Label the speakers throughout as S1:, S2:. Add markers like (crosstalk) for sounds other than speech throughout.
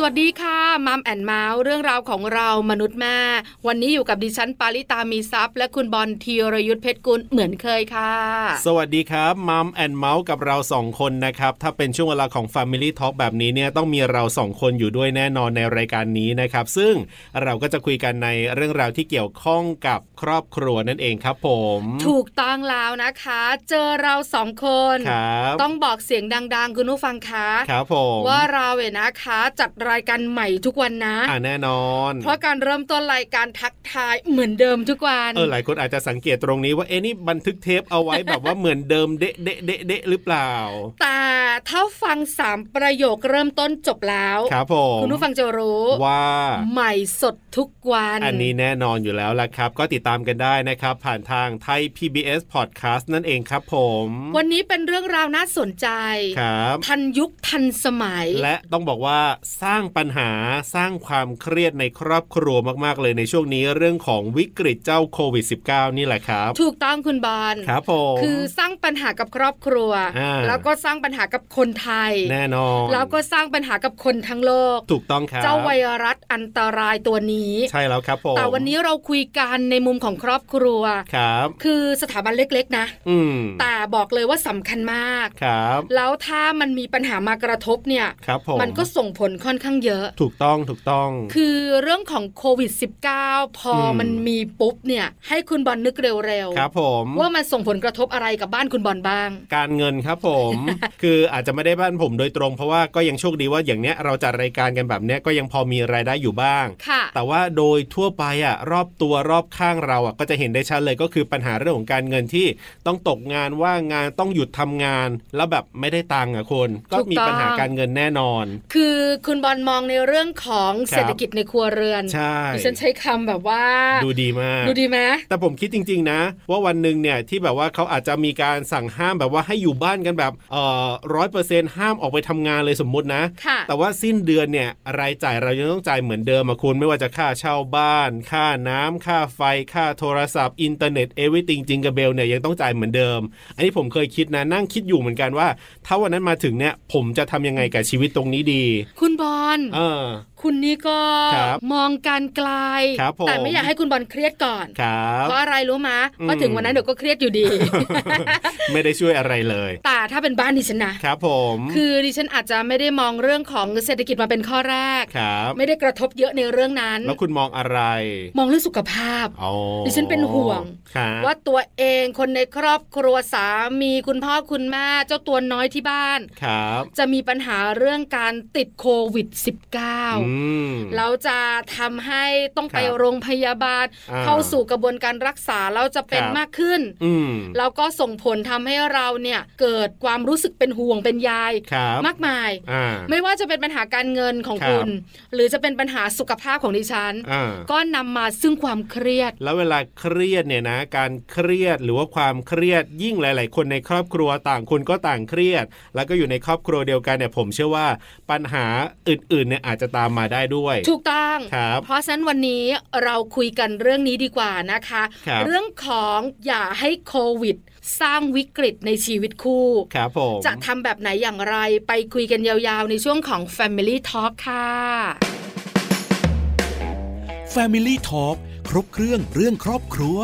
S1: สวัสดีค่ะมัมแอนเมาส์เรื่องราวของเรามนุษย์แม่วันนี้อยู่กับดิฉันปาริตามีซัพย์ และคุณบอลธีรยุทธเพชรกุลเหมือนเคยค่ะ
S2: สวัสดีครับมัมแอนเมาส์กับเราสองคนนะครับ ถ้าเป็นช่วงเวลาของ Family Talk แบบนี้เนี่ยต้องมีเราสองคนอยู่ด้วยแน่นอนในรายการนี้นะครับ ซึ่งเราก็จะคุยกันในเรื่องราวที่เกี่ยวข้องกับครอบครัวนั่นเองครับผม
S1: ถูกต้องแล้วนะคะ เจอเราสองคน
S2: ครับ
S1: ต้องบอกเสียงดัง ๆ คุณผู้ฟังคะ
S2: ครับผม
S1: ว่าเราเนี่ยนะคะ จัดรายการใหม่ทุกวันนะ
S2: อ่าแน่นอน
S1: เพราะการเริ่มต้นรายการทักทายเหมือนเดิมทุกวัน
S2: เออหลายคนอาจจะสังเกตตรงนี้ว่าเอ๊ะนี่บันทึกเทปเอาไว้ แบบว่าเหมือนเดิมเดะเดะเดะเดะหรือเปล่า
S1: แต่ถ้าฟังสามประโยคเริ่มต้นจบแล้ว
S2: ครับผม
S1: คุณผู้ฟังจะรู้
S2: ว่า
S1: ใหม่สดทุกวัน
S2: อันนี้แน่นอนอยู่แล้วล่ะครับ ก็ติดตามกันได้นะครับ ผ่านทางไทย PBS Podcast นั่นเองครับผม
S1: วันนี้เป็นเรื่องราวน่าสนใจ
S2: ครับ
S1: ทันยุคทันสมัย
S2: และต้องบอกว่าสร้างปัญหาสร้างความเครียดในครอบครัวมาก ๆ เลยในช่วงนี้เรื่องของวิกฤตเจ้าโควิด -19 นี่แหละครับ
S1: ถูกต้องคุณบอล
S2: ครับผม
S1: คือสร้างปัญหากับครอบครัว
S2: อ่า
S1: แล้วก็สร้างปัญหากับคนไทย
S2: แน่นอน
S1: แล้วก็สร้างปัญหากับคนทั้งโลก
S2: ถูกต้องครับ
S1: เจ้าไวรัสอันตรายตัวนี้
S2: ใช่แล้วครับผม
S1: แต่วันนี้เราคุยกันในมุมของครอบครัว
S2: ครับ
S1: คือสถาบันเล็กๆ นะ
S2: อืม
S1: แต่บอกเลยว่าสำคัญมาก
S2: ครับ
S1: แล้วถ้ามันมีปัญหามากระทบเนี่ย
S2: ครับผม
S1: มันก็ส่งผลค่อนข้างเยอะ
S2: ถูกต้องถูกต้อง
S1: คือเรื่องของโควิด -19 พออ
S2: ม
S1: มันมีปุ๊บเนี่ย ให้คุณบอลนึกเร็ว
S2: ครับผม
S1: ว่ามันส่งผลกระทบอะไรกับบ้านคุณบอลบ้าง
S2: การเงินครับผม
S1: (laughs)
S2: คืออาจจะไม่ได้บ้านผมโดยตรง เพราะว่าก็ยังโชคดีว่าอย่างเนี้ยเราจัดรายการกันแบบเนี้ยก็ยังพอมีรายได้อยู่บ้าง
S1: ค่ะ
S2: แต่ว่าโดยทั่วไปอ่ะรอบตัวรอบข้างเราอ่ะก็จะเห็นได้ชัดเลยก็คือปัญหาเรื่องของการเงินที่ต้องตกงานว่างงานต้องหยุดทำงาน แล้วแบบไม่ได้ตังค์อ่ะคนก็
S1: ถูกต้อง
S2: มีปัญหาการเงินแน่นอน
S1: คือคุณบอลมองในเรื่องของ
S2: ครับ
S1: เศรษฐกิจในครัวเรือน
S2: ใช่
S1: ดิฉันใช้คำแบบว่า
S2: ดูดีมาก
S1: ดูดีไหม
S2: แต่ผมคิดจริง ๆ นะ ว่าวันหนึ่งเนี่ยที่แบบว่าเขาอาจจะมีการสั่งห้ามแบบว่าให้อยู่บ้านกันแบบเอ่อร้อยเปอร์เซ็นห้ามออกไปทำงานเลยสมมุตินะ
S1: ค่ะ
S2: แต่ว่าสิ้นเดือนเนี่ยรายจ่ายเรายังต้องจ่ายเหมือนเดิมอะคุณไม่ว่าจะค่าเช่าบ้าน ค่าน้ำค่าไฟ ค่าโทรศัพท์อินเทอร์เน็ตเอวิติงจิงกระเบลเนี่ยยังต้องจ่ายเหมือนเดิม อันนี้ผมเคยคิดนะนั่งคิดอยู่เหมือนกันว่า ถ้าวันนั้นมาถึงเนี่ยผมจะทำยังไงกับชีวิตตรงนี้ดี
S1: คุณบอล
S2: เออ
S1: คุณนี่ก็
S2: ครับ
S1: มองการไกล
S2: ครับผม
S1: แต่ไม่อยากให้คุณบอลเครียดก่อน
S2: ครับ
S1: เพราะอะไรรู้มะ
S2: อืม
S1: ว่าถึงวันนั้นเดี๋ยวก็เครียด
S2: (laughs)
S1: อยู่ดี
S2: ไม่ได้ช่วยอะไรเลย
S1: แต่ถ้าเป็นบ้านดิฉันนะ
S2: ครับผม
S1: คือดิฉันอาจจะไม่ได้มองเรื่องของเศรษฐกิจมาเป็นข้อแรก
S2: ครับ
S1: ไม่ได้กระทบเยอะในเรื่องนั้น
S2: แล้วคุณมองอะไร
S1: มองเรื่องสุขภาพ
S2: อ๋อ
S1: ดิฉันเป็นห่วง
S2: ครับ
S1: ว่าตัวเองคนในครอบครัวสามีคุณพ่อคุณแม่เจ้าตัวน้อยที่บ้าน
S2: ครับ
S1: จะมีปัญหาเรื่องการติดโควิด
S2: อื
S1: -19 แล้วจะทำให้ต้องไป
S2: ครับ
S1: โรงพยาบาล
S2: อ่า
S1: เข้าสู่กระบวนการรักษาแล้วจะเป็น
S2: ครับ
S1: มากขึ้น
S2: อืม
S1: แล้วก็ส่งผลทำให้เราเนี่ยเกิดความรู้สึกเป็นห่วงเป็นใย
S2: ครับ
S1: มากมาย
S2: อ่า
S1: ไม่ว่าจะเป็นปัญหาการเงินของ
S2: ครับ
S1: คุณ หรือจะเป็นปัญหาสุขภาพของดิฉัน
S2: อ่า
S1: ก็นำมาซึ่งความเครียด
S2: แล้วเวลาเครียดเนี่ยนะ การเครียดหรือว่าความเครียดยิ่งหลาย ๆ คนในครอบครัวต่างคนก็ต่างเครียด แล้วก็อยู่ในครอบครัวเดียวกันเนี่ยผมเชื่อว่าปัญหาอื่น ๆ เนี่ยอาจจะตามมาได้ด้วย
S1: ถูกต้อง
S2: ครับ
S1: เพราะฉะนั้นวันนี้เราคุยกันเรื่องนี้ดีกว่านะคะ
S2: ครับ
S1: เรื่องของอย่าให้โควิด สร้างวิกฤตในชีวิตคู่
S2: ครับผม
S1: จะทำแบบไหนอย่างไรไปคุยกันยาวๆ ในช่วงของ Family Talk ค่ะ
S3: Family Talk ครบเครื่องเรื่องครอบครัว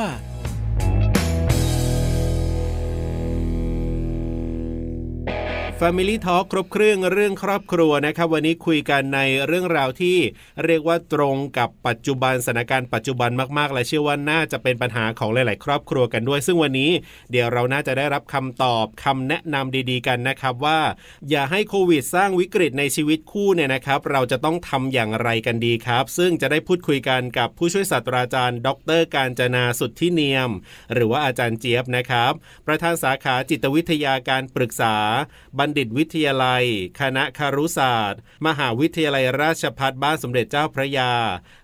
S2: ฟมิลี่ทอครบเครื่องเรื่องครอบครัวนะครับ วันนี้คุยกันในเรื่องราวที่เรียกว่าตรงกับปัจจุบันสถานการณ์ปัจจุบันมาก ๆ และเชื่อว่าน่าจะเป็นปัญหาของหลาย ๆ ครอบครัวกันด้วย ซึ่งวันนี้เดี๋ยวเราน่าจะได้รับคำตอบคำแนะนำดีๆ กันนะครับว่า อย่าให้โควิดสร้างวิกฤตในชีวิตคู่เนี่ยนะครับ เราจะต้องทำอย่างไรกันดีครับ ซึ่งจะได้พูดคุยกันกับผู้ช่วยศาสตราจารย์ ดร การจนาสุทธิเนียม หรือว่าอาจารย์เจี๊ยบนะครับ ประธานสาขาจิตวิทยาการปรึกษา บัณฑิตวิทยาลัย คณะคารุศาสตร์ มหาวิทยาลัยราชภัฏบ้านสมเด็จเจ้าพระยา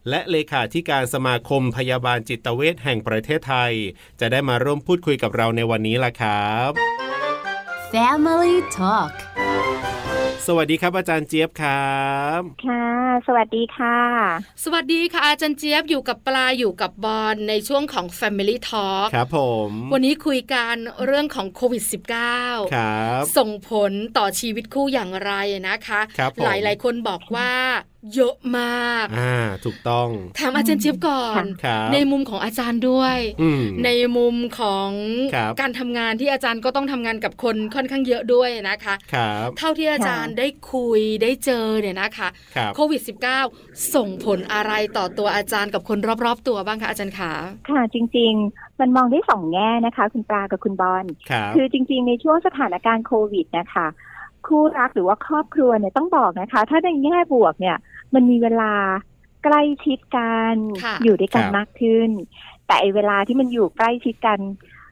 S2: และเลขาธิการสมาคมพยาบาลจิตเวชแห่งประเทศไทย จะได้มาร่วมพูดคุยกับเราในวันนี้ล่ะครับ
S4: Family Talk
S2: สวัสดีครับอาจารย์เจี๊ยบครับ
S5: ค่ะ สวัสดีค่ะ
S1: สวัสดีค่ะอาจารย์เจี๊ยบอยู่กับปลาอยู่กับบอลในช่วงของ Family Talk
S2: ครับผม
S1: วันนี้คุยกันเรื่องของโควิด -19
S2: ครับ
S1: ส่งผลต่อชีวิตคู่อย่างไรนะคะ
S2: ครับผม
S1: หลายๆ คนบอกว่าเยอะมาก
S2: อ่าถูกต้อง
S1: ถามอาจารย์เจี๊ยบก่อน
S2: ครับ
S1: ในมุมของอาจารย์ด้วย
S2: อืม
S1: ในมุมของ
S2: ครับ
S1: การทำงานที่อาจารย์ก็ต้องทำงานกับคนค่อนข้างเยอะด้วยนะคะ
S2: ครับ
S1: เท่าที่อาจารย์ได้คุยได้เจอเนี่ยนะคะ
S2: ครับ
S1: โควิด -19 ส่งผลอะไรต่อตัวอาจารย์กับคนรอบๆ ตัวบ้างคะอาจารย์ขา
S5: ค่ะจริง ๆ มันมองได้สองแง่นะคะ คุณปลากับคุณบอล
S2: ครับ
S5: คือจริง ๆ ในช่วงสถานการณ์โควิดนะคะ คู่รักหรือว่าครอบครัวเนี่ยต้องบอกนะคะ ถ้าในแง่บวกเนี่ย มันมีเวลาใกล้ชิดกันอยู่ด้วยกันมากขึ้น แต่ไอ้เวลาที่มันอยู่ใกล้ชิดกัน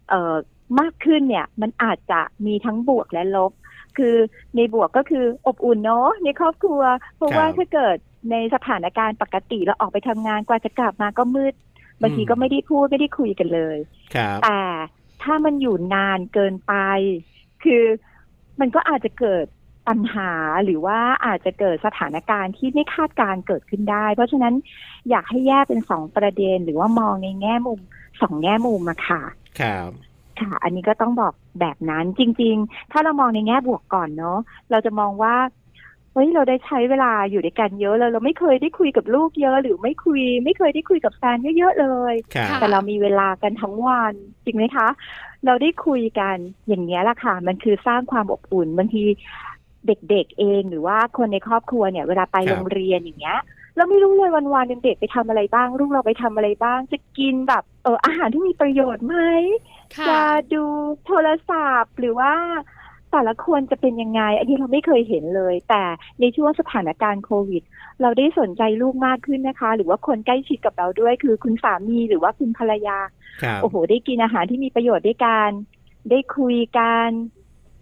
S5: เอ่อมากขึ้นเนี่ย มันอาจจะมีทั้งบวกและลบ คือในบวกก็คืออบอุ่นเนาะในครอบครัว เพราะว่าถ้าเกิดในสถานการณ์ปกติเราออกไปทำงานกว่าจะกลับมาก็มืด บางทีก็ไม่ได้พูดไม่ได้คุยกันเลย
S2: ครับ
S5: แต่ถ้ามันอยู่นานเกินไป คือมันก็อาจจะเกิดปัญหาหรือว่าอาจจะเกิดสถานการณ์ที่ไม่คาดการณ์เกิดขึ้นได้ เพราะฉะนั้นอยากให้แยกเป็นสองประเด็น หรือว่ามองในแง่มุมสองแง่มุมอะค่ะ
S2: ครับ
S5: ค่ะ อันนี้ก็ต้องบอกแบบนั้นจริง ๆ ถ้าเรามองในแง่บวกก่อนเนาะ เราจะมองว่า เฮ้ย เราได้ใช้เวลาอยู่ด้วยกันเยอะเลย เราไม่เคยได้คุยกับลูกเยอะ หรือไม่คุย ไม่เคยได้คุยกับแฟนเยอะๆเลย
S2: ครับ
S5: แต่เรามีเวลากันทั้งวัน จริงไหมคะ เราได้คุยกันอย่างเนี้ยละค่ะ มันคือสร้างความอบอุ่นบางทีเด็กๆเองหรือว่าคนในครอบครัวเนี่ย เวลาไปโรงเรียนอย่างเงี้ย เราไม่รู้เลยวันๆเด็กๆไปทำอะไรบ้าง ลูกเราไปทำอะไรบ้าง จะกินแบบเอออาหารที่มีประโยชน์ไหม
S1: ค่ะ
S5: จะดูโทรศัพท์หรือว่าแต่ละคนจะเป็นยังไง อันนี้เราไม่เคยเห็นเลย แต่ในช่วงสถานการณ์โควิด เราได้สนใจลูกมากขึ้นนะคะ หรือว่าคนใกล้ชิดกับเราด้วย คือคุณสามีหรือว่าคุณภรรยา
S2: ครับ
S5: โอ้โห ได้กินอาหารที่มีประโยชน์ด้วยกันได้คุยกัน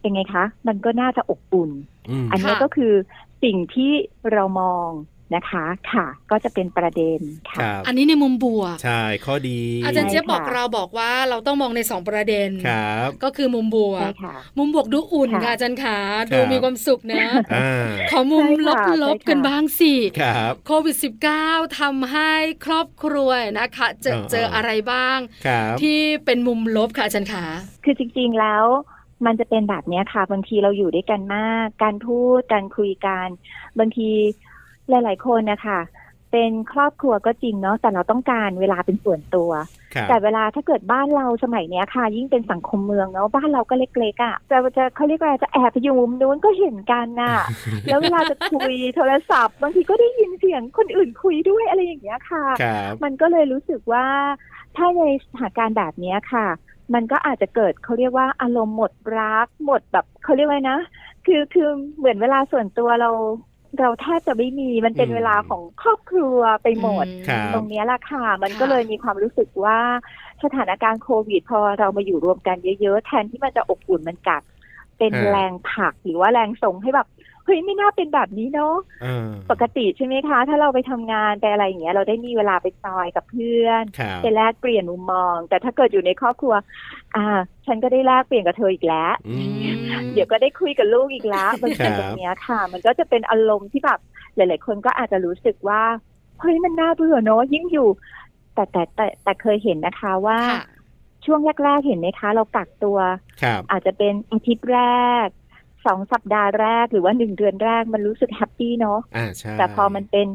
S5: ยังไงคะ มันก็น่าจะอบอุ่น
S2: อืม
S5: อันนี้ก็คือสิ่งที่เรามองนะคะ ค่ะ ก็จะเป็นประเด็น
S2: ค
S5: ค่ะ
S2: รับ
S1: อันนี้ในมุมบวก
S2: ใช่ข้อดี
S1: อาจารย์เจี๊ยบ
S5: ใช่ค่ะ
S1: บอกเราบอกว่าเราต้องมองในสองประเด็น
S2: ครับ
S1: ก็คือมุมบว
S5: ใช่
S1: ก
S5: ค่ะ
S1: มุมบวกดูอุ่น
S5: ค่ะ
S1: ค่ะอาจารย์ขาดูมีความสุขนะ
S2: อ่า
S1: ขอมุม
S5: ใช่
S1: ลบ
S5: ค่ะ
S1: ลบ
S5: ใช่ค่ะ
S1: กันบ้างสิ
S2: ครับ
S1: โควิด -19 ทำให้ครอบครัวนะคะเจอ
S2: เออ
S1: เจออะไรบ้าง
S2: ครับ
S1: ที่เป็นมุมลบค่ะอาจารย์ขา
S5: คือจริงๆ แล้วมันจะเป็นแบบเนี้ยค่ะ บางทีเราอยู่ด้วยกันมาก การพูดการคุยกันบางทีหลาย ๆ คนนะคะเป็นครอบครัวก็จริงเนาะแต่เราต้องการเวลาเป็นส่วนตัว
S2: ครับ
S5: แต่เวลาถ้าเกิดบ้านเราสมัยเนี้ยค่ะ ยิ่งเป็นสังคมเมืองเนาะบ้านเราก็เล็กๆอะ่ะจะจะเขาเรียกว่าจะแอบไปอยู่มุมนู้นก็เห็นกันน่ะ แล้วเวลาจะคุยโทรศัพท์ บางทีก็ได้ยินเสียงคนอื่นคุยด้วยอะไรอย่างเงี้ยค่ะ
S2: ครับ
S5: มันก็เลยรู้สึกว่าถ้าในสถานการณ์แบบเนี้ยค่ะ มันก็อาจจะเกิดเขาเรียกว่าอารมณ์หมดรักหมดแบบเขาเรียกว่าไงนะ คือคือเหมือนเวลาส่วนตัวเรา เราแทบจะไม่มีมันเป็น
S2: อืม
S5: เวลาของครอบครัวไปหมด
S1: อื
S2: ครับ
S5: ตรงเนี้ยละค่ะ มัน
S1: ค่ะ
S5: ก็เลยมีความรู้สึกว่าสถานการณ์โควิด พอเรามาอยู่รวมกันเยอะๆ แทนที่มันจะอบอุ่นมันกลับเป็น
S2: อ่า
S5: แรงผลักหรือว่าแรงส่งให้แบบเฮ้ยไม่น่าเป็นแบบนี้เนาะ
S2: อ่า
S5: ปกติใช่ไหมคะ ถ้าเราไปทำงานไปอะไรอย่างเงี้ย เราได้มีเวลาไปซอยกับเพื่อน
S2: ครับ
S5: ไปแลกเปลี่ยนมุมมอง แต่ถ้าเกิดอยู่ในครอบครัว อ่า ฉันก็ได้แลกเปลี่ยนกับเธออีกแล้ว
S2: อืม
S5: เดี๋ยวก็ได้คุยกับลูกอีกแล้วบางที
S2: ครับ
S5: ตรงเนี้ยค่ะ มันก็จะเป็นอารมณ์ที่แบบหลาย ๆ คนก็อาจจะรู้สึกว่าเฮ้ยมันน่าเบื่อเนอะยิ่งอยู่ แต่แต่แต่แต่เคยเห็นนะคะว่า
S1: ค่ะ
S5: ช่วงแรก ๆ เห็นไหมคะ เรากักตัว
S2: ครับ
S5: อาจจะเป็นอาทิตย์แรกสองสัปดาห์แรกหรือว่าหนึ่งเดือนแรกมันรู้สึกแฮปปี้เนอะ
S2: อ่าใช่
S5: แต่พอมันเป็น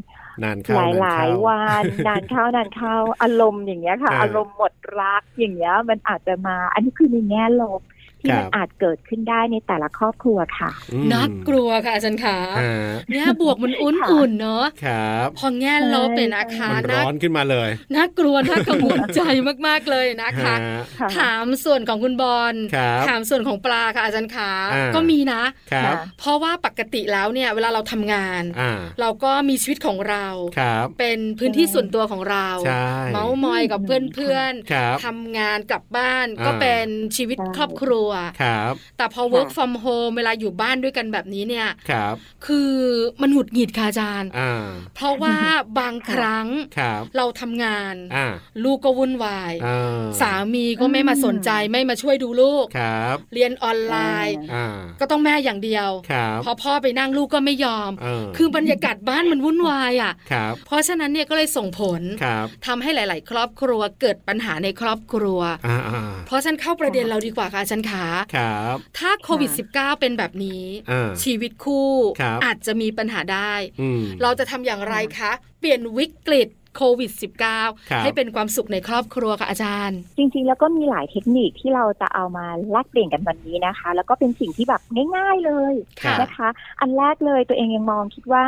S2: นานเข้า
S5: หลายห
S2: น
S5: ลาย
S2: เข้
S5: วันนานเข้านาน (laughs) เข้าอารมณ์อย่างเงี้ยค่ะ
S2: เอออ
S5: อารมณ์หมดรักอย่างเงี้ย มันอาจจะมา อันนี้คือในแง่ลบที่
S2: ครับ
S5: มันอาจเกิดขึ้นได้ในแต่ละครอบครัวค่ะ
S2: อืม
S1: น่ากลัวค่ะอาจารย์ขา
S2: อ่า
S1: เนี่ยบวกมันอุ่น
S5: ค่ะ
S1: อุ่นเนอะ
S2: ครับ
S1: พอแง่ลบเลยนะคะ
S2: มัน
S1: น่า
S2: ร้อนขึ้นมาเลย
S1: น่ากลัวน่ากังวลใจมากๆเลยนะคะ
S2: ฮะ
S5: ค่ะ
S1: ถามส่วนของคุณบอล
S2: ครับ
S1: ถามส่วนของปลาค่ะอาจารย์ขา
S2: อ่า
S1: ก็มีนะ
S2: ครับ
S1: เพราะว่าปกติแล้วเนี่ยเวลาเราทำงาน
S2: อ่า
S1: เราก็มีชีวิตของเรา
S2: ครับ
S1: เป็นพื้นที่ส่วนตัวของเรา
S2: ใช่
S1: เมาส์มอยกับเพื่อน
S2: ครับ
S1: ๆทำงานกลับบ้าน
S2: อ่า
S1: ก็เป็นชีวิต
S5: ใช่
S1: ครอบครัว ว
S2: ครับ
S1: แต่พอ work from home เวลาอยู่บ้านด้วยกันแบบนี้เนี่ย
S2: ครับ
S1: คือมันหงุดหงิดค่ะอาจารย์
S2: อ่า
S1: เพราะว่าบางครั้ง
S2: ครับ
S1: เราทำงาน
S2: อ่า
S1: ลูกก็วุ่นวาย
S2: อ่า
S1: สามีก็ไม่มาสนใจไม่มาช่วยดูลูก
S2: ครับ
S1: เรียนออนไลน์
S2: อ่า
S1: ก็ต้องแม่อย่างเดียว
S2: ครับ
S1: พอพ่อไปนั่งลูกก็ไม่ยอม
S2: เ
S1: คือบรรยากาศบ้านมันวุ่นวายอ่ะ
S2: ครับ
S1: เพราะฉะนั้นเนี่ยก็เลยส่งผล
S2: ครับ
S1: ทำให้หลาย ๆ ครอบครัวเกิดปัญหาในครอบครัว
S2: อ่าอ่า
S1: เพราะฉะนันเข้าประเด็นเราดีกว่าค่ะอาจารย์ขา
S2: ครับ
S1: ถ้าโควิด -19 เป็นแบบนี้
S2: อ่า
S1: ชีวิตคู่
S2: ครับ
S1: อาจจะมีปัญหาได้
S2: อืม
S1: เราจะทำอย่างไรคะ เปลี่ยนวิกฤตโควิด
S2: ครับ
S1: -19 ให้เป็นความสุขในครอบครัวค่ะอาจารย์
S5: จริงๆ แล้วก็มีหลายเทคนิคที่เราจะเอามาแลกเปลี่ยนกันวันนี้นะคะ แล้วก็เป็นสิ่งที่แบบง่าย ๆเลย
S2: ค่ะ
S5: นะคะ อันแรกเลยตัวเองยังมองคิดว่า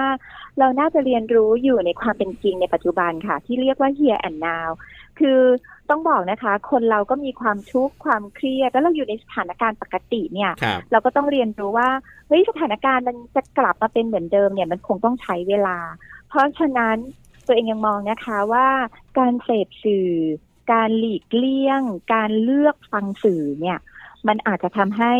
S5: เราน่าจะเรียนรู้อยู่ในความเป็นจริงในปัจจุบันค่ะ ที่เรียกว่า here and now คือต้องบอกนะคะ คนเราก็มีความทุกข์ความเครียด แล้วเราอยู่ในสถานการณ์ปกติเนี่ย
S2: ครับ
S5: เราก็ต้องเรียนรู้ว่าเฮ้ยสถานการณ์มันจะกลับมาเป็นเหมือนเดิมเนี่ยมันคงต้องใช้เวลา เพราะฉะนั้นตัวเองยังมองนะคะว่าการเสพสื่อ การหลีกเลี่ยง การเลือกฟังสื่อเนี่ยมันอาจจะทำให้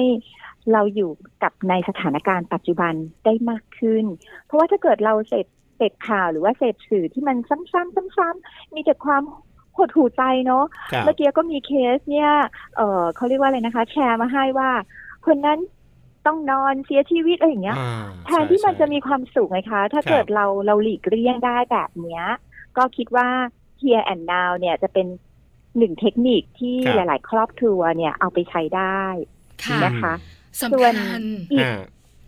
S5: เราอยู่กับในสถานการณ์ปัจจุบันได้มากขึ้น เพราะว่าถ้าเกิดเราเสพเสพข่าวหรือว่าเสพสื่อที่มันซ้ำๆซ้ำๆมีแต่ความหดหู่ใจเนาะ
S2: ครับ
S5: เมื่อกี้ก็มีเคสเนี่ย เออเขาเรียกว่าอะไรนะคะ แชร์มาให้ว่า คนนั้นต้องนอนเสียชีวิตอะไรอย่างเงี้ย
S2: อ่า
S5: แทนที่มัน
S2: ใช่
S5: จะมีความสุขไงคะ ถ้า
S2: ครับ
S5: เกิดเราเราหลีกเลี่ยงได้แบบเนี้ย ก็คิดว่า here and now เนี่ยจะเป็นหนึ่งเทคนิคที่
S2: ครับ
S5: หลาย ๆ ครอบครัวเนี่ยเอาไปใช้ได้
S1: ค่ะ
S5: นะคะ
S1: สำ
S5: ส่วน
S1: คัญ
S5: อีก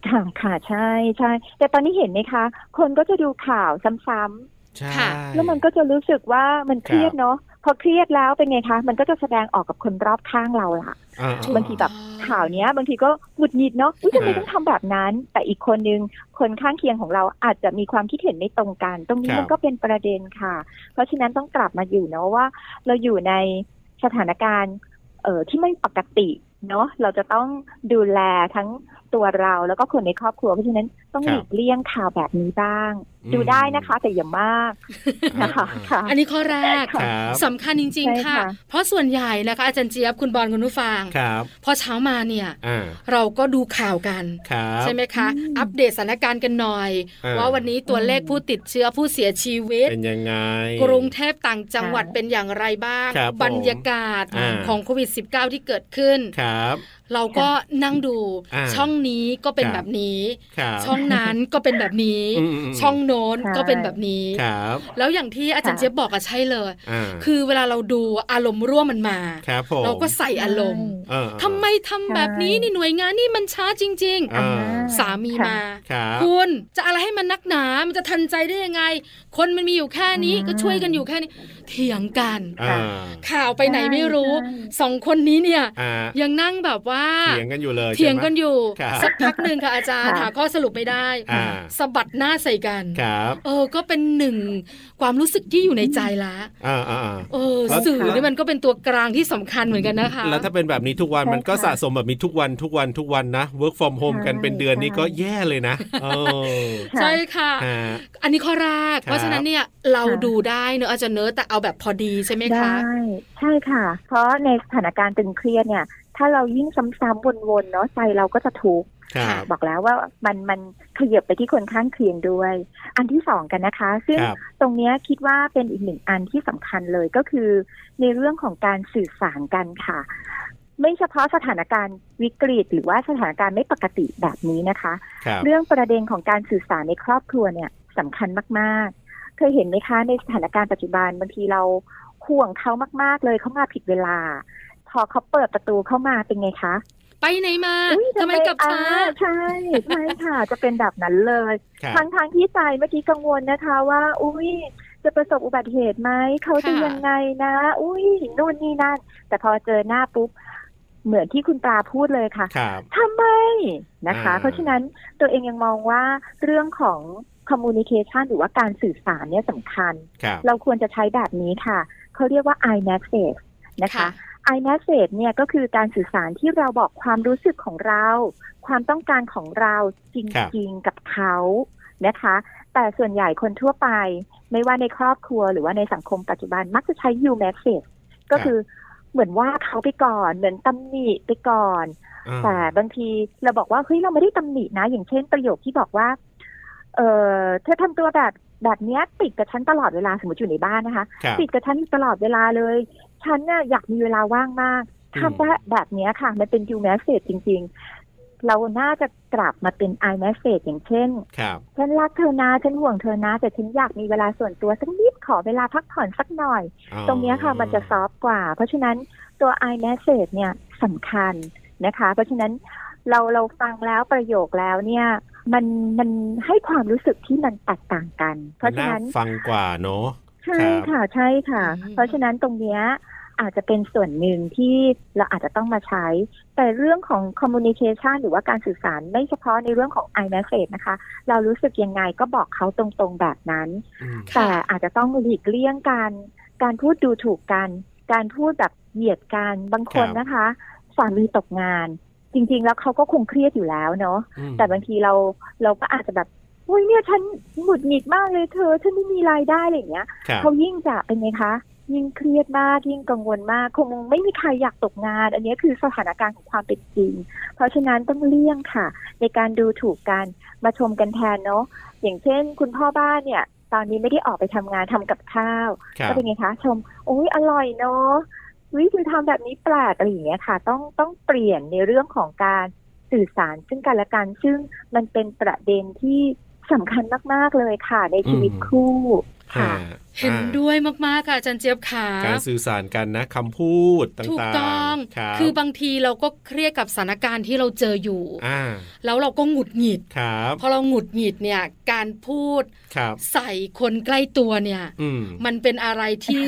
S2: อ่า
S5: ค่ะค่ะใช่ใช่แต่ตอนนี้เห็นไหมคะ คนก็จะดูข่าวซ้ำๆ
S2: ใช่
S1: ค่ะ
S5: แล้วมันก็จะรู้สึกว่ามันเครียดเนาะพอเครียดแล้วเป็นไงคะ มันก็จะแสดงออกกับคนรอบข้างเราล่ะ
S2: อ่อ่
S5: บางทีแบบ ข่าวเนี้ย บางทีก็หงุดหงิดเนาะอุ๊ยทำไม
S2: อ่า
S5: ต้องทำแบบนั้น แต่อีกคนนึงคนข้างเคียงของเราอาจจะมีความคิดเห็นไม่ตรงกัน ตรงนี้
S2: ครับ
S5: มันก็เป็นประเด็นค่ะ เพราะฉะนั้นต้องกลับมาอยู่เนาะว่า เราอยู่ในสถานการณ์เอ่อที่ไม่ปกติเนาะเราจะต้องดูแลทั้งตัวเราแล้วก็คนในครอบครัวเพราะฉะนั้นต้องหลีกเลี่ยงข่าวแบบนี้บ้าง ดูได้นะคะ แต่อย่ามากนะคะ
S2: อ่า
S5: ค่ะ
S1: อันนี้ข้อแรก
S2: ครับ
S1: สำคัญจริง ๆ
S5: ใช่
S1: ค่ะ
S5: ค่ะ
S1: เพราะส่วนใหญ่นะคะอาจารย์เจี๊ยบคุณบอลคุณผู้ฟัง
S2: ครับ
S1: พอเช้ามาเนี่ย
S2: อ่า
S1: เราก็ดูข่าวกัน
S2: ครับ
S1: ใช่ไหมคะ
S5: อืม
S1: อัปเดตสถานการณ์กันหน่อย
S2: อ่า
S1: ว่าวันนี้ตัวเลขผู้ติดเชื้อผู้เสียชีวิต
S2: เป็นยังไง
S1: กรุงเทพต่างจังหวัดเป็นอย่างไรบ้าง
S2: ครับผม
S1: บรรยากาศ
S2: อ่า
S1: ของโควิด -19 ที่เกิดขึ้น
S2: ครับ
S1: เราก็นั่งดู
S2: อ่า
S1: ช่องนี้ก็เป็น
S2: ครับ
S1: แบบนี้
S2: ครับ
S1: ช่องนั้นก็เป็นแบบนี้
S2: อืมอืมอืม
S1: ช่องโน้น
S5: ใช่
S1: ก็เป็นแบบนี้
S2: ครับ
S1: แล้วอย่างที่อาจารย์
S5: ค่ะ
S1: เจี๊ยบบอกอะใช่เลย
S2: อ่า
S1: คือเวลาเราดูอารมณ์ร่วมมันมา
S2: ครับผม
S1: เราก็ใส่อารมณ์
S2: เออเออ
S1: ทำไมทำแบบนี้นี่หน่วยงานนี่มันช้าจริง
S2: อ่า
S1: ๆ สามีมา
S2: ครับ
S1: คุณจะอะไรให้มันนักหนา มันจะทันใจได้ยังไง คนมันมีอยู่แค่นี้
S5: อืม
S1: ก็ช่วยกันอยู่แค่นี้ เถียงกัน
S2: อ่า
S1: ข่าวไปไหนไม่รู้
S5: ใช่
S1: สองคนนี้เนี่ย
S2: อ่า
S1: ยังนั่งแบบว่า
S2: เถียงกันอยู่เลย
S1: เถียงกัน
S2: ใช่ไหม
S1: อยู่
S2: ครับ
S1: สักพักหนึ่งค่ะอาจารย์
S5: ค่ะ
S1: หาข้อสรุปไม่ได้
S2: อ่า
S1: สะบัดหน้าใส่กัน
S2: ครับ
S1: เออ ก็เป็นหนึ่งความรู้สึกที่อยู่ในใจละ
S2: อ่าอ่าอ่า
S1: เออ
S2: แล้ว
S1: สื่อนี่มันก็เป็นตัวกลางที่สำคัญเหมือนกันนะคะ
S2: แล้วถ้าเป็นแบบนี้ทุกวัน
S5: ใช่
S2: มันก็
S5: ค่ะ
S2: สะสมแบบนี้ทุกวันทุกวันทุกวันนะ work from home
S5: ใช่
S2: กันเป็นเดือนนี้
S5: ใช่
S2: ก็แย่เลยนะเออ
S1: ใช่ค่ะ
S2: ฮะ
S1: อันนี้ข้อแรก
S2: ครับ
S1: เพราะฉะนั้นเนี่ยเรา
S5: ค่ะ
S1: ดูได้เนอะอาจจะเนอะแต่เอาแบบพอดีใช่ไหมคะ
S5: ได้ใช่ค่ะ เพราะในสถานการณ์ตึงเครียดเนี่ย ถ้าเรายิ่งซ้ำๆวนๆเนาะใจเราก็จะทุกข์
S2: ครับ
S5: บอกแล้วว่ามันมันขยับไปที่คนข้างเคียงด้วย อันที่สองกันนะคะ ซึ่ง
S2: ครับ
S5: ตรงเนี้ยคิดว่าเป็นอีกหนึ่งอันที่สำคัญเลยก็คือ ในเรื่องของการสื่อสารกันค่ะ ไม่เฉพาะสถานการณ์วิกฤต หรือว่าสถานการณ์ไม่ปกติแบบนี้นะคะ
S2: ครับ
S5: เรื่องประเด็นของการสื่อสารในครอบครัวเนี่ยสำคัญมากๆ เคยเห็นไหมคะในสถานการณ์ปัจจุบันบางทีเราห่วงเขามากๆเลยเขามาผิดเวลา พอเขาเปิดประตูเข้ามาเป็นไงคะ
S1: ไปไหนมา
S5: อุ๊ย
S1: ทำไมกลับช้า
S5: อ่ใช่ใช่ค่ะ จะเป็นแบบนั้นเลย
S2: ครับ
S5: ทางทางๆที่ใจเมื่อกี้กังวลนะคะ ว่า อุ้ยจะประสบอุบัติเหตุไหมเขาจะ
S1: ค่ะ
S5: ยังไงนะ อุ้ยนู่นนี่นั่น แต่พอเจอหน้าปุ๊บเหมือนที่คุณปลาพูดเลยค่ะ
S2: ครับ
S5: ทำไมนะคะ
S2: อ่า
S5: เพราะฉะนั้นตัวเองยังมองว่าเรื่องของ communication หรือว่าการสื่อสารเนี่ยสำคัญ
S2: ครับ
S5: เราควรจะใช้แบบนี้ค่ะ เขาเรียกว่า i message นะคะ i message เนี่ยก็คือการสื่อสารที่เราบอกความรู้สึกของเรา ความต้องการของเราจ
S2: ครับ
S5: ริงๆกับเขานะคะ แต่ส่วนใหญ่คนทั่วไป ไม่ว่าในครอบครัวหรือว่าในสังคมปัจจุบันมักจะใช้ you message ก็คือ เหมือนว่าเขาไปก่อนเหมือนตำหนิไปก่อน
S2: อ่า
S5: แต่บางทีเราบอกว่าเฮ้ยเราไม่ได้ตำหนินะ อย่างเช่นประโยคที่บอกว่า เออเธอทำตัวแบบแบบเนี้ยติดกับฉันตลอดเวลาสมมติอยู่ในบ้านนะคะ
S2: ครับ
S5: ติดกับฉันอยู่ตลอดเวลาเลย ฉันน่ะอยากมีเวลาว่างมาก
S2: อืม
S5: ทำได้แบบเนี้ยค่ะ มันเป็น you message จริง ๆ เราน่าจะกลับมาเป็น I message อย่างเช่น
S2: ครับ
S5: ฉันรักเธอนะฉันห่วงเธอนะ แต่ฉันอยากมีเวลาส่วนตัวสักนิดขอเวลาพักผ่อนสักหน่อย
S2: อ๋อ
S5: ตรงเนี้ยค่ะมันจะซอฟต์กว่า เพราะฉะนั้นตัว I message เนี่ยสำคัญนะคะ เพราะฉะนั้นเราเราฟังแล้วประโยคแล้วเนี่ยมันมันให้ความรู้สึกที่มันแตกต่างกัน เพราะฉะนั้น
S2: ฟังกว่าเนาะค
S5: ใช่
S2: รับ
S5: ค่ะใช่ค่ะ
S1: อืม
S5: เพราะฉะนั้นตรงเนี้ยอาจจะเป็นส่วนหนึ่งที่เราอาจจะต้องมาใช้ แต่เรื่องของ communication หรือว่าการสื่อสารไม่เฉพาะในเรื่องของ i message นะคะ เรารู้สึกยังไงก็บอกเขาตรงๆแบบนั้น
S2: อืม
S5: แต่อาจจะต้องหลีกเลี่ยงการการพูดดูถูกกัน การพูดแบบเหยียดกันบางคน
S2: ครับ
S5: นะคะสามีตกงาน จริง ๆ แล้วเขาก็คงเครียดอยู่แล้วเนาะ
S2: อืม
S5: แต่บางทีเราเราก็อาจจะแบบอุ้ยเนี่ยฉันหงุดหงิดมากเลยเธอ ฉันไม่มีรายได้อะไรอย่างเงี้ย
S2: ครับ
S5: เขายิ่งจะเป็นไงคะ ยิ่งเครียดมากยิ่งกังวลมากคงไม่มีใครอยากตกงาน อันนี้คือสถานการณ์ของความเป็นจริง เพราะฉะนั้นต้องเลี่ยงค่ะ ในการดูถูกกันมาชมกันแทนเนาะอย่างเช่น คุณพ่อบ้านเนี่ย ตอนนี้ไม่ได้ออกไปทำงานทำกับข้าว
S2: ครับ
S5: ก็เป็นไงคะ ชมโอ้ยอร่อยเนาะวิธีทำแบบนี้แปลกอะไรอย่างเงี้ยค่ะ ต้องต้องเปลี่ยนในเรื่องของการสื่อสารซึ่งกันและกันซึ่งมันเป็นประเด็นที่สำคัญมากๆเลยค่ะ ในชีวิตคู่
S2: อ่
S5: ค่ะ
S2: า
S1: เห็นด้วยมากๆค่ะอาจารย์เจี๊ยบขา
S2: การสื่อสารกันนะคำพูดต่างๆ
S1: ถูกต้อง
S2: ครับ
S1: คือบางทีเราก็เครียดกับสถานการณ์ที่เราเจออยู่
S2: อ่า
S1: แล้วเราก็หงุดหงิด
S2: ครับ
S1: พอเราหงุดหงิดเนี่ย การพูด
S2: ครับ
S1: ใส่คนใกล้ตัวเนี่ย
S2: อืม
S1: มันเป็นอะไรที่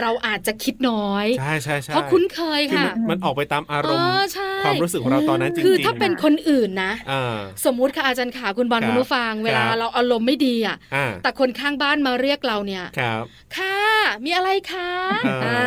S1: เราอาจจะคิดน้อย
S2: ใช่ใช่ใช่
S1: เพราะคุ้นเคย
S2: อ
S1: ค่ะ
S2: มันมันออกไปตามอารม
S1: เอ
S2: ณ์
S1: อใช่
S2: ความรู้สึกของเราตอนนั้นจริงๆ
S1: คือถ้าเป็นคนอื่นนะ
S2: อ่า
S1: สมมุติค่ะอาจารย์ขาคุณบอล
S2: ครับ
S1: คุณผู้ฟัง เวลา
S2: ครับ
S1: เราอารมณ์ไม่ดีอ่ะ
S2: อ่า
S1: แต่คนข้างบ้านมาเรียกเราเนี่ย
S2: ครับ
S1: ค่ะ มีอะไรคะ
S2: อ่า
S1: อ่า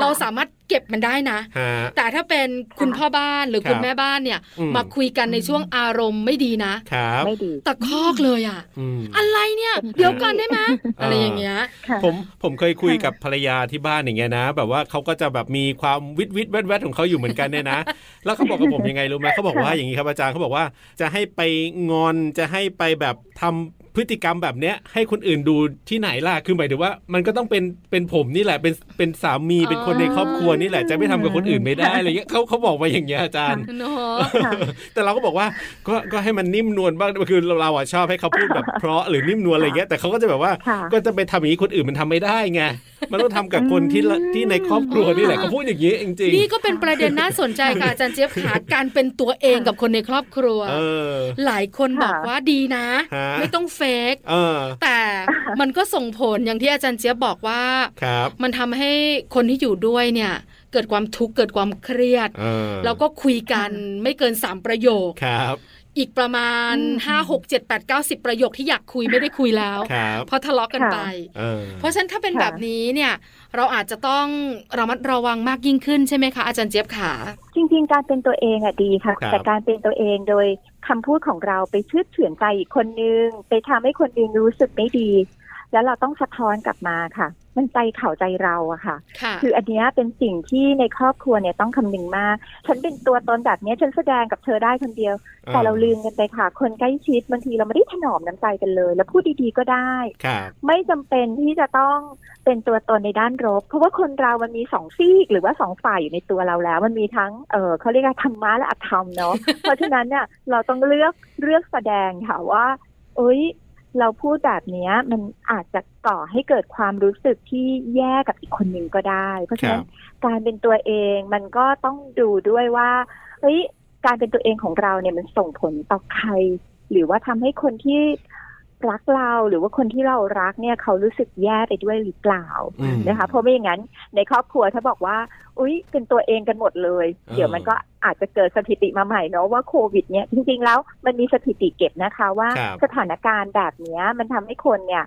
S1: เราสามารถเก็บมันได้นะ
S2: ฮะ
S1: แต่ถ้าเป็นคุณพ่อบ้านหรือ
S2: ครับ
S1: คุณแม่บ้านเนี่ย
S2: อืม
S1: มาคุยกันในช่วงอารมณ์ไม่ดีนะครับ
S5: ไม่ดี
S1: ตะคอกเลยอ่ะ
S2: อืม
S1: อะไรเนี่ย
S5: อืม
S1: เดี๋ยวก่อนได้ไหม
S2: อ่า
S1: อะไรอย่างเงี้ย
S5: ค่ะ
S2: ผมผมเคยคุย
S5: ค่ะ
S2: กับภรรยาที่บ้านอย่างเงี้ยนะ แบบว่าเขาก็จะแบบมีความวิดวิดแวดแวดของเขาอยู่เหมือนกันเนี่ย
S5: (laughs)
S2: นะ แล้วเขาบอกกับผมยังไงรู้ไหมเขาบอกว่าอย่างนี้ครับอาจารย์เขาบอกว่าจะให้ไปงอนจะให้ไปแบบทำพฤติกรรมแบบเนี้ย ให้คนอื่นดูที่ไหนล่ะคือหมายถึงว่า มันก็ต้องเป็นเป็นผมนี่แหละเป็นเป็นสามีเป็นคนในครอบครัวนี่แหละจะไม่ทำกับคนอื่นไม่ได้อะไรเงี้ยเขาเขาบอกมาอย่างเงี้ยอาจารย์
S1: เนาะ
S5: ค่ะ
S2: แต่เราก็บอกว่าก็ก็ให้มันนิ่มนวลบ้างคือเราอะชอบให้เขาพูดแบบ เพราะหรือนิ่มนวลอะไรเงี้ยแต่เขาก็จะแบบว่า
S5: ค่ะ
S2: ก็จะไปทำอย่างนี้คนอื่นมันทำไม่ได้
S5: (laughs)
S2: ไง มันต้องทำกับคนที่ละ
S5: อืม
S2: ที่ในครอบครัวนี่แหละ
S1: อ่า
S2: เขาพูดอย่างนี้จริง
S1: นี่ก็เป็นประเด็นน่าสนใจค่ะอาจารย์เจี๊ยบขาการเป็นตัวเองกับคนในครอบครัว
S2: ๆเออ
S1: หลายคน
S5: ค่ะ
S1: บอกว่าดีนะ
S2: ฮะ
S1: ไม่ต้องเฟก
S2: เออ
S1: แต่มันก็ส่งผลอย่างที่อาจารย์เจี๊ยบบอกว่า
S2: ครับ
S1: มันทำให้คนที่อยู่ด้วยเนี่ย เกิดความทุกข์เกิดความเครียด
S2: เออ
S1: แล้วก็คุยกันไม่เกิน 3 ประโยค
S2: ครับ
S1: อีกประมาณ
S5: อืม
S1: 5 6 7 8 9 10 ประโยคที่อยากคุยไม่ได้คุยแล้ว
S2: ครับ
S1: เพราะทะเลาะกันไป
S2: เออ
S1: เพราะฉะนั้นถ้าเป็น
S5: ค่ะ
S1: แบบนี้เนี่ย เราอาจจะต้องระมัดระวังมากยิ่งขึ้นใช่ไหมคะอาจารย์เจี๊ยบขา
S5: จริง ๆ การเป็นตัวเองอะดีค่ะ แต่การเป็นตัวเองโดยคำพูดของเราไปชืดเฉือนใจอีกคนนึง ไปทำให้คนอื่นรู้สึกไม่ดี แล้วเราต้องสะท้อนกลับมาค่ะ มันใจเขาใจเราอะค่ะ
S1: ค่ะ
S5: คืออันเนี้ยเป็นสิ่งที่ในครอบครัวเนี่ยต้องคำนึงมาก ฉันเป็นตัวตนแบบเนี้ยฉันแสดงกับเธอได้คนเดียว แต่เราลืมกันไปค่ะ คนใกล้ชิดบางทีเราไม่ได้ถนอมน้ำใจกันเลย แล้วพูดดีๆก็ได้
S2: ครับ
S5: ไม่จำเป็นที่จะต้องเป็นตัวตนในด้านลบเพราะว่าคนเรามันมีสองซีกหรือว่าสองฝ่ายอยู่ในตัวเราแล้ว มันมีทั้งเออเขาเรียกว่าธรรมะและอธรรมเนาะ เพราะฉะนั้นเนี่ยเราต้องเลือกเลือกแสดงค่ะว่าเอ้ย เราพูดแบบเนี้ยมันอาจจะก่อให้เกิดความรู้สึกที่แย่กับอีกคนหนึ่งก็ได้ เพราะ
S2: ค
S5: ฉะ
S2: รั
S5: นั้
S2: บ
S5: นการเป็นตัวเองมันก็ต้องดูด้วยว่าเฮ้ยการเป็นตัวเองของเราเนี่ยมันส่งผลต่อใคร หรือว่าทำให้คนที่รักเราหรือว่าคนที่เรารักเนี่ยเขารู้สึกแย่ไปด้วยหรือเปล่า
S2: อืม
S5: นะคะ เพราะไม่อย่างนั้นในครอบครัวถ้าบอกว่า อุ้ยเป็นตัวเองกันหมดเลย
S2: เออ
S5: เดี๋ยวมันก็อาจจะเกิดสถิติมาใหม่เนาะว่าโควิดเนี่ยจริงๆแล้วมันมีสถิติเก็บนะคะว่า
S2: ครับ
S5: สถานการณ์แบบเนี้ยมันทำให้คนเนี่ย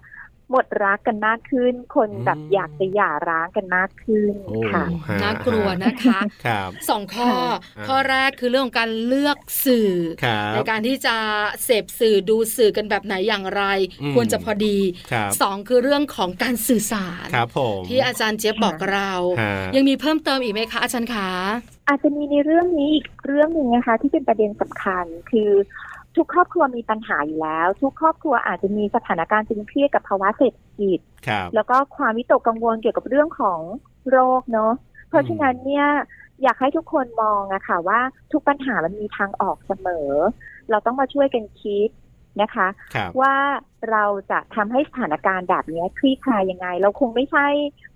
S5: หมดรักกันมากขึ้น คน
S2: อืม
S5: แบบอยากจะหย่าร้างกันมากขึ้น
S2: โอ้
S5: ค่ะ
S2: ฮะ
S1: น่ากลัวนะคะ
S2: ครับ
S1: สองข้อ
S2: ค่ะ
S1: ข้อแรกคือเรื่องของการเลือกสื่อ
S2: ครับ
S1: ในการที่จะเสพสื่อดูสื่อกันแบบไหนอย่างไร
S2: อืม
S1: ควรจะพอดี
S2: ครับ
S1: สองคือเรื่องของการสื่อสาร
S2: ครับผม
S1: ที่อาจารย์เจี๊ยบบอกเรา
S2: ฮะ
S1: ยังมีเพิ่มเติมอีกไหมคะอาจารย์คะ
S5: อาจจะมีในเรื่องนี้อีกเรื่องหนึ่งนะคะ ที่เป็นประเด็นสำคัญ คือทุกครอบครัวมีปัญหาอยู่แล้ว ทุกครอบครัวอาจจะมีสถานการณ์ตึงเครียดกับภาวะเศรษฐกิจ
S2: ครับ
S5: แล้วก็ความวิตกกังวลเกี่ยวกับเรื่องของโรคเนาะ เพราะฉะนั้นเนี่ยอยากให้ทุกคนมองอะค่ะว่าทุกปัญหามันมีทางออกเสมอ เราต้องมาช่วยกันคิดนะคะ
S2: ครับ
S5: ว่าเราจะทำให้สถานการณ์แบบเนี้ยคลี่คลายยังไง เราคงไม่ใช่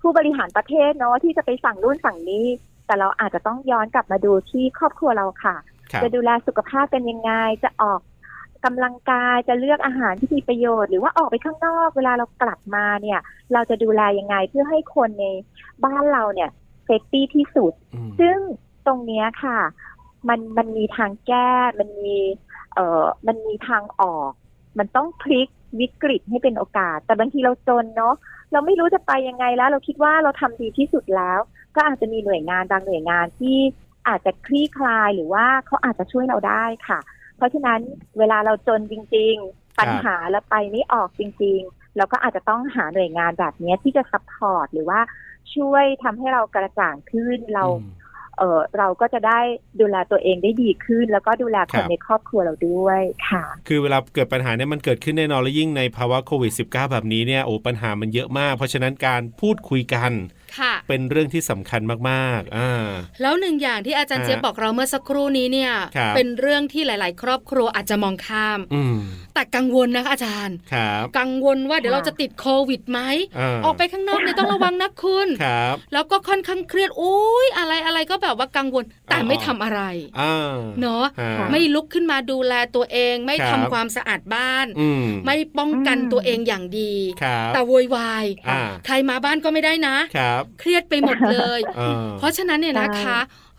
S5: ผู้บริหารประเทศเนาะที่จะไปสั่งนู่นสั่งนี้ แต่เราอาจจะต้องย้อนกลับมาดูที่ครอบครัวเราค่ะ
S2: ครับ
S5: จะดูแลสุขภาพกันยังไง จะออกกำลังกายจะเลือกอาหารที่มีประโยชน์ หรือว่าออกไปข้างนอกเวลาเรากลับมาเนี่ย เราจะดูแลยังไงเพื่อให้คนในบ้านเราเนี่ยเซฟตี้ที่สุด
S2: อืม
S5: ซึ่งตรงเนี้ยค่ะ มันมันมีทางแก้ มันมีเอ่อมันมีทางออก มันต้องพลิกวิกฤตให้เป็นโอกาส แต่บางทีเราจนเนาะเราไม่รู้จะไปยังไงแล้ว เราคิดว่าเราทำดีที่สุดแล้ว ก็อาจจะมีหน่วยงานบางหน่วยงานที่อาจจะคลี่คลายหรือว่าเขาอาจจะช่วยเราได้ค่ะ เพราะฉะนั้นเวลาเราจนจริง ๆ ปัญหาแล้วไปไม่ออกจริง ๆ เราก็อาจจะต้องหาหน่วยงานแบบเนี้ยที่จะซัพพอร์ตหรือว่าช่วยทำให้เรากระจ่างขึ้นเรา เออเราก็จะได้ดูแลตัวเองได้ดีขึ้น แล้วก็ดูแลค
S2: ครั
S5: น
S2: บ
S5: ในครอบครัวเราด้วยค่ะ
S2: คือเวลาเกิดปัญหาเนี่ยมันเกิดขึ้นแน่นอนและยิ่งในภาวะโควิด -19 แบบนี้เนี่ยโอ้ปัญหามันเยอะมาก เพราะฉะนั้นการพูดคุยกัน
S1: ค่ะ
S2: เป็นเรื่องที่สำคัญมากๆอ่า
S1: แล้วหนึ่งอย่างที่อาจารย์
S2: ฮะ
S1: เจี๊ยบบอกเราเมื่อสักครู่นี้เนี่ย
S2: ครับ
S1: เป็นเรื่องที่หลาย ๆ ครอบครัวอาจจะมองข้าม
S2: อืม
S1: แต่กังวลนะคะอาจารย์
S2: ครับ
S1: กังวลว่าเดี๋ยว
S5: ค่ะ
S1: เราจะติดโควิดไหมา ออกไปข้างนอกเนี่ยต้องระวังนะคุณ
S2: ครับ
S1: แล้วก็ค่อนข้างเครียดอุ้ยอะไรอะไรก็แบบว่ากังวลแต่ไม่ทำอะไร
S2: อ่า
S1: เนาะ
S2: อ่า
S1: ไม่ลุกขึ้นมาดูแลตัวเอง ไม่
S2: ครั
S1: ทำ
S2: บ
S1: ความสะอาดบ้าน
S2: อืม
S1: ไม่ป้องกัน
S5: อืม
S1: ตัวเองอย่างดี
S2: ครับ
S1: แต่โวยวาย
S2: อ่า
S1: ใครมาบ้านก็ไม่ได้นะ
S2: ครับ
S1: เครียดไปหมดเลย
S2: (laughs) อ่า
S1: เพราะฉะนั้นเนี่ยนะคะ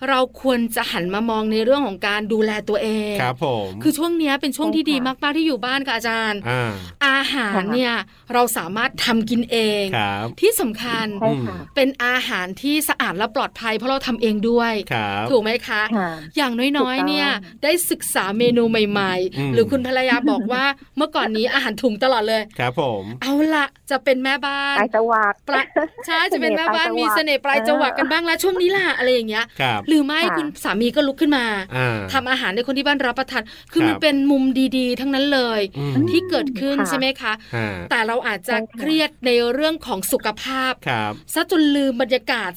S1: เราควรจะหันมามองในเรื่องของการดูแลตัวเอง
S2: ครับผม
S1: คือช่วงเนี้ยเป็นช่วงที่ดีมากๆที่อยู่บ้านค่ะอาจารย์
S2: อ่า
S1: อาหารเนี่ยเราสามารถทำกินเอง
S2: ครับ
S1: ที่สำคัญ
S5: ใช่ค่ะ
S1: เป็นอาหารที่สะอาดและปลอดภัย เพราะเราทำเองด้วย
S2: ครับ
S1: ถูกไหมคะ
S5: ค่ะ
S1: อย่างน้อย
S5: ถูกต้
S1: ๆ
S5: อง
S1: เนี่ยได้ศึกษาเมนูใหม่
S2: อืม
S1: ๆ หรือคุณภรรยาบอกว่า เมื่อก่อนนี้อาหารถุงตลอดเลย
S2: ครับผม
S1: เอาละจะเป็นแม่บ้าน
S5: ไอตะวัก
S1: ประใช่จะเป็นแม่บ้าน
S5: เสน่ห์ปลายจังห
S1: มี
S5: วะ
S1: เสน่ห์ปลายจังหวะกันบ้างละช่วงนี้ล่ะอะไรอย่างเงี้ย
S2: ครับ
S1: หรือไม่
S5: ค่ะ
S1: คุณสามีก็ลุกขึ้นมา
S2: อ่า
S1: ทำอาหารให้คนที่บ้านรับประทานคือ
S2: ครับ
S1: มันเป็นมุมดีๆ ทั้งนั้นเลย
S2: อืม
S1: ที่เกิดขึ้น
S5: ค่ะ
S1: ใช่ไหมคะ
S2: ฮะ
S1: แต่เราอาจจะ
S5: ใช่ค่ะ
S1: เครียดในเรื่องของสุขภาพ
S2: ครับ
S1: ซะจนลืมบรรยากาศ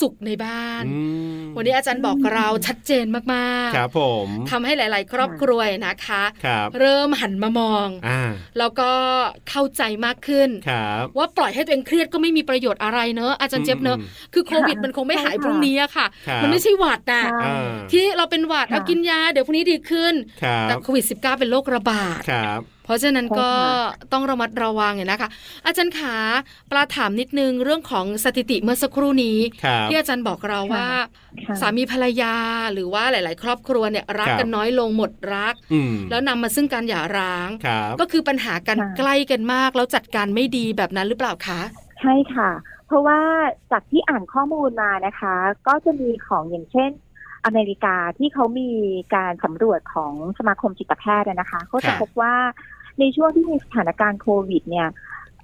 S1: สุขๆในบ้าน
S2: อืม
S1: วันนี้อาจารย์บอกเราชัดเจนมาก
S2: ครับผม
S1: ๆทำให้หลาย ๆ ครอบครัวนะคะ
S2: ครับ
S1: เริ่มหันมามอง
S2: อ่า
S1: แล้วก็เข้าใจมากขึ้น
S2: ครับ
S1: ว่าปล่อยให้ตัวเองเครียดก็ไม่มีประโยชน์อะไรเนอะอาจารย์เจี๊ยบเนอะคือโควิด
S5: ค่ะ
S1: มันคงไม่หาย
S5: ใช่ค่ะ
S1: พรุ่งนี้อะค่ะ
S2: ครับ
S1: มันไม่ใช่หวัดนะ
S5: ค่ะ
S2: อ่า
S1: ที่เราเป็นหวัด
S5: ค่ะ
S1: เอากินยาเดี๋ยวพรุ่งนี้ดีขึ้น
S2: ครับ
S1: แต่โควิด -19 เป็นโรคระบาด
S2: ครับ
S1: เพราะฉะนั้นก็
S5: ใช่ค่
S1: ต้องระมัดระวังเนี่ยนะคะ อาจารย์ขาปลาถามนิดนึงเรื่องของสถิติเมื่อสักครู่นี้
S2: ครับ
S1: ที่อาจารย์บอกเราว่า
S5: ค่ะ
S1: สามีภรรยาหรือว่าหลาย ๆ ครอบครัวเนี่ยรัก
S2: ครับ
S1: กันน้อยลงหมดรัก
S2: อืม
S1: แล้วนำมาซึ่งการหย่าร้าง
S2: ครับ
S1: ก็คือปัญหากัน
S5: ค่ะ
S1: ใกล้กันมากแล้วจัดการไม่ดีแบบนั้นหรือเปล่าคะ
S5: ใช่ค่ะ เพราะว่าจากที่อ่านข้อมูลมานะคะ ก็จะมีของอย่างเช่น อเมริกาที่เขามีการสำรวจของสมาคมจิตแพทย์อะนะคะเขาจะ
S2: ค่ะ
S5: พบว่าในช่วงที่มีสถานการณ์โควิดเนี่ย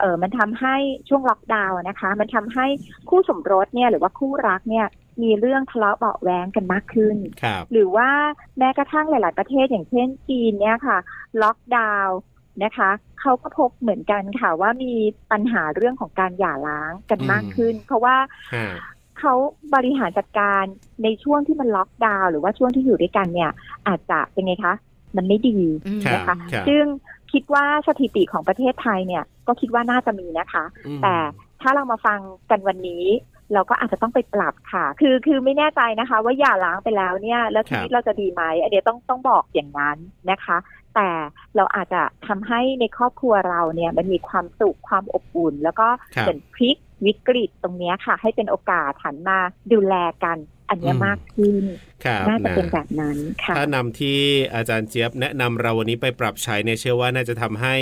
S5: เออมันทำให้ช่วงล็อกดาวน์อะนะคะ มันทำให้คู่สมรสเนี่ยหรือว่าคู่รักเนี่ยมีเรื่องทะเลาะเบาะแว้งกันมากขึ้น
S2: ครับ
S5: หรือว่าแม้กระทั่งหลาย ๆ ประเทศอย่างเช่นจีนเนี่ยค่ะ ล็อกดาวน์นะคะเขาก็พบเหมือนกันค่ะว่ามีปัญหาเรื่องของการหย่าร้างกันมากขึ้น เพราะว่า
S2: ฮะ
S5: เขาบริหารจัดการในช่วงที่มันล็อกดาวน์หรือว่าช่วงที่อยู่ด้วยกันเนี่ย อาจจะเป็นไงคะมันไม่ดี
S1: อืม
S2: ครับ
S1: นะคะ
S2: รับ
S5: ซึ่งคิดว่าสถิติของประเทศไทยเนี่ยก็คิดว่าน่าจะมีนะคะ
S2: อืม
S5: แต่ถ้าเรามาฟังกันวันนี้ เราก็อาจจะต้องไปปรับค่ะ คือคือไม่แน่ใจนะคะ ว่าหย่าล้างไปแล้วเนี่ย แล้วชีวิตเราจะดีไหมอันเนี้ยต้องต้องบอกอย่างนั้นนะคะ แต่เราอาจจะทำให้ในครอบครัวเราเนี่ยมันมีความสุขความอบอุ่น แล้วก็
S2: ครับ
S5: เปลี่ยนพลิกวิกฤตตรงเนี้ยค่ะ ให้เป็นโอกาสหันมาดูแลกัน อันเนี้ย
S2: อืม
S5: มากขึ้น
S2: ครับ
S5: น่าจะ
S2: นะ
S5: เป็นแบบนั้นค่ะ
S2: ถ้านำที่อาจารย์เจี๊ยบแนะนำเราวันนี้ไปปรับใช้เนี่ยเชื่อว่าน่าจะทำให้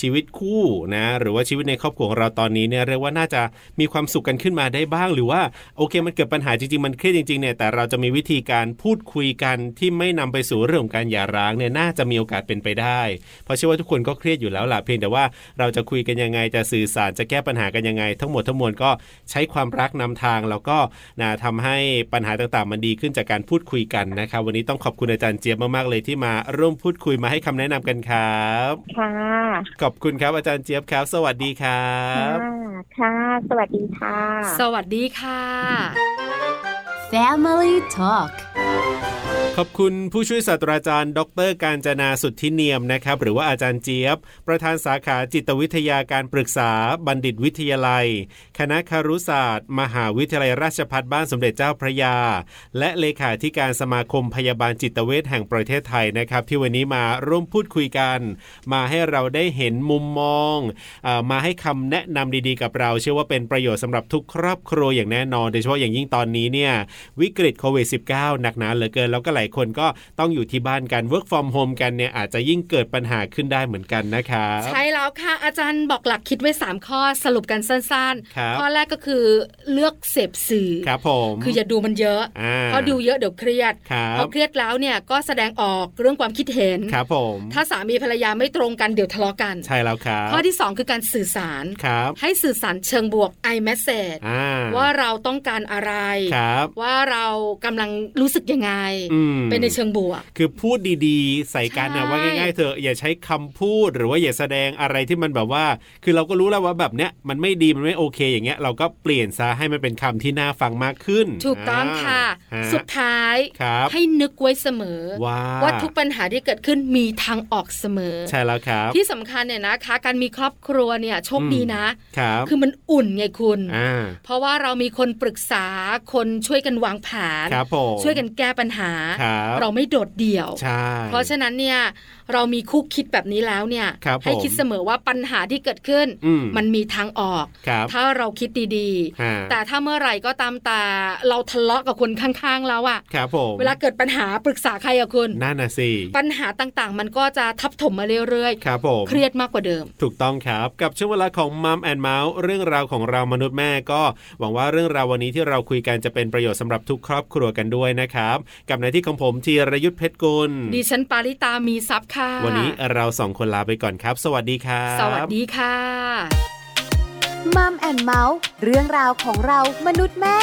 S2: ชีวิตคู่นะ หรือว่าชีวิตในครอบครัวของเราตอนนี้เนี่ยเรียกว่าน่าจะมีความสุขกันขึ้นมาได้บ้าง หรือว่าโอเคมันเกิดปัญหาจริงๆมันเครียดจริงๆเนี่ยแต่เราจะมีวิธีการพูดคุยกันที่ไม่นำไปสู่เรื่องของการหย่าร้างเนี่ยน่าจะมีโอกาสเป็นไปได้ เพราะเชื่อว่าทุกคนก็เครียดอยู่แล้วล่ะเพียงแต่ว่าเราจะคุยกันยังไงจะสื่อสารจะแก้ปัญหากันยังไง ทั้งหมดทั้งมวลก็ใช้ความรักนำทางแล้วก็นะทำให้ปัญหาต่างๆ มันดีขึ้นจากการพูดคุยกันนะครับ วันนี้ต้องขอบคุณอาจารย์เจี๊ยบมากๆเลยที่มาร่วมพูดคุยมาให้คำแนะนำกันครับ
S5: ค่ะ
S2: ขอบคุณครับอาจารย์เจี๊ยบครับ สวัสดีครับ
S5: ค่ะค่ะ สวัสดีค่ะ
S1: สวัสดีค่ะ
S4: Family Talk
S2: ขอบคุณผู้ช่วยศาสตราจารย์ ดร การจนาสุทธิเนียมนะครับ หรือว่าอาจารย์เจี๊ยบ ประธานสาขาจิตวิทยาการปรึกษาบัณฑิตวิทยาลัย คณะครุศาสตร์ มหาวิทยาลัยราชภัฏบ้านสมเด็จเจ้าพระยา และเลขาธิการสมาคมพยาบาลจิตเวชแห่งประเทศไทยนะครับ ที่วันนี้มาร่วมพูดคุยกัน มาให้เราได้เห็นมุมมองเออมาให้คำแนะนำดีๆกับเรา เชื่อว่าเป็นประโยชน์สำหรับทุกครอบครัวอย่างแน่นอน โดยเฉพาะอย่างยิ่งตอนนี้เนี่ย วิกฤตโควิด -19 หนักหนาเหลือเกิน แล้วก็หลายคนก็ต้องอยู่ที่บ้านกัน work from home กันเนี่ยอาจจะยิ่งเกิดปัญหาขึ้นได้เหมือนกันนะครับ
S1: ใช่แล้วค่ะ อาจารย์บอกหลักคิดไว้ 3 ข้อสรุปกันสั้น
S2: ครับ
S1: ข้อแรกก็คือเลือกเสพสื่อ
S2: ครับผม
S1: คืออย่าดูมันเยอะ
S2: อ่า
S1: เพราะดูเยอะเดี๋ยวเครียด
S2: ครับ
S1: พอเครียดแล้วเนี่ยก็แสดงออกเรื่องความคิดเห็น
S2: ครับผม
S1: ถ้าสามีภรรยาไม่ตรงกันเดี๋ยวทะเลาะกัน
S2: ใช่แล้วครับ
S1: ข้อที่ 2 คือการสื่อสาร
S2: ครับ
S1: ให้สื่อสารเชิงบวก i message
S2: อ่า
S1: ว่าเราต้องการอะไร
S2: ครับ
S1: ว่าเรากำลังรู้สึกยังไง
S2: อืม
S1: เป็นในเชิงบวก
S2: คือพูดดีๆ ใส่กันนะ
S1: ใช่
S2: ว่าง่ายๆเถอะอย่าใช้คำพูดหรือว่าอย่าแสดงอะไรที่มันแบบว่า คือเราก็รู้แล้วว่าแบบเนี้ยมันไม่ดีมันไม่โอเค อย่างเงี้ยเราก็เปลี่ยนซะให้มันเป็นคำที่น่าฟังมากขึ้น
S1: ถูกต้อง
S2: า
S1: ค่ะ
S2: ฮะ
S1: สุดท้าย
S2: ครับ
S1: ให้นึกไว้เสมอ
S2: ว่า
S1: ว่าทุกปัญหาที่เกิดขึ้นมีทางออกเสมอ
S2: ใช่แล้วครับ
S1: ที่สำคัญเนี่ยนะคะ การมีครอบครัวเนี่ยโชคดีนะ
S2: ครับ
S1: คือมันอุ่นไงคุณ
S2: อ่า
S1: เพราะว่าเรามีคนปรึกษาคนช่วยกันวางแผน
S2: ครับผม
S1: ช่วยกันแก้ปัญหา
S2: ครับ
S1: เราไม่โดดเดี่ยว
S2: ใช่
S1: เพราะฉะนั้นเนี่ยเรามีคู่คิดแบบนี้แล้วเนี่ย
S2: ครับผม
S1: ให้คิดเสมอว่าปัญหาที่เกิดขึ้น
S2: อืม
S1: มันมีทางออก
S2: ครับ
S1: ถ้าเราคิดดี
S2: ฮะ
S1: ๆ แต่ถ้าเมื่อไหร่ก็ตามแต่เราทะเลาะกับคนข้างๆแล้วอะ
S2: ครับผม
S1: เวลาเกิดปัญหาปรึกษาใครอะคุณ
S2: นั่นน่ะสิ
S1: ปัญหาต่างๆ มันก็จะทับถมมาเรื่อย
S2: ครับผม
S1: ๆ เครียดมากกว่าเดิม
S2: ถูกต้องครับ กับช่วงเวลาของมัมแอนเมาส์เรื่องราวของเรามนุษย์แม่ก็ หวังว่าเรื่องราววันนี้ที่เราคุยกันจะเป็นประโยชน์สำหรับทุกครอบครัวกันด้วยนะครับ กับหน้าที่ของผมธีรยุทธเพชรกุล
S1: ดิฉันปาริตามีซับค่ะ
S2: วันนี้เราสองคนลาไปก่อนครับ สวัสดีครับ
S1: สวัสดีค่ะ
S4: มัมแอนเมาส์เรื่องราวของเรามนุษย์แม่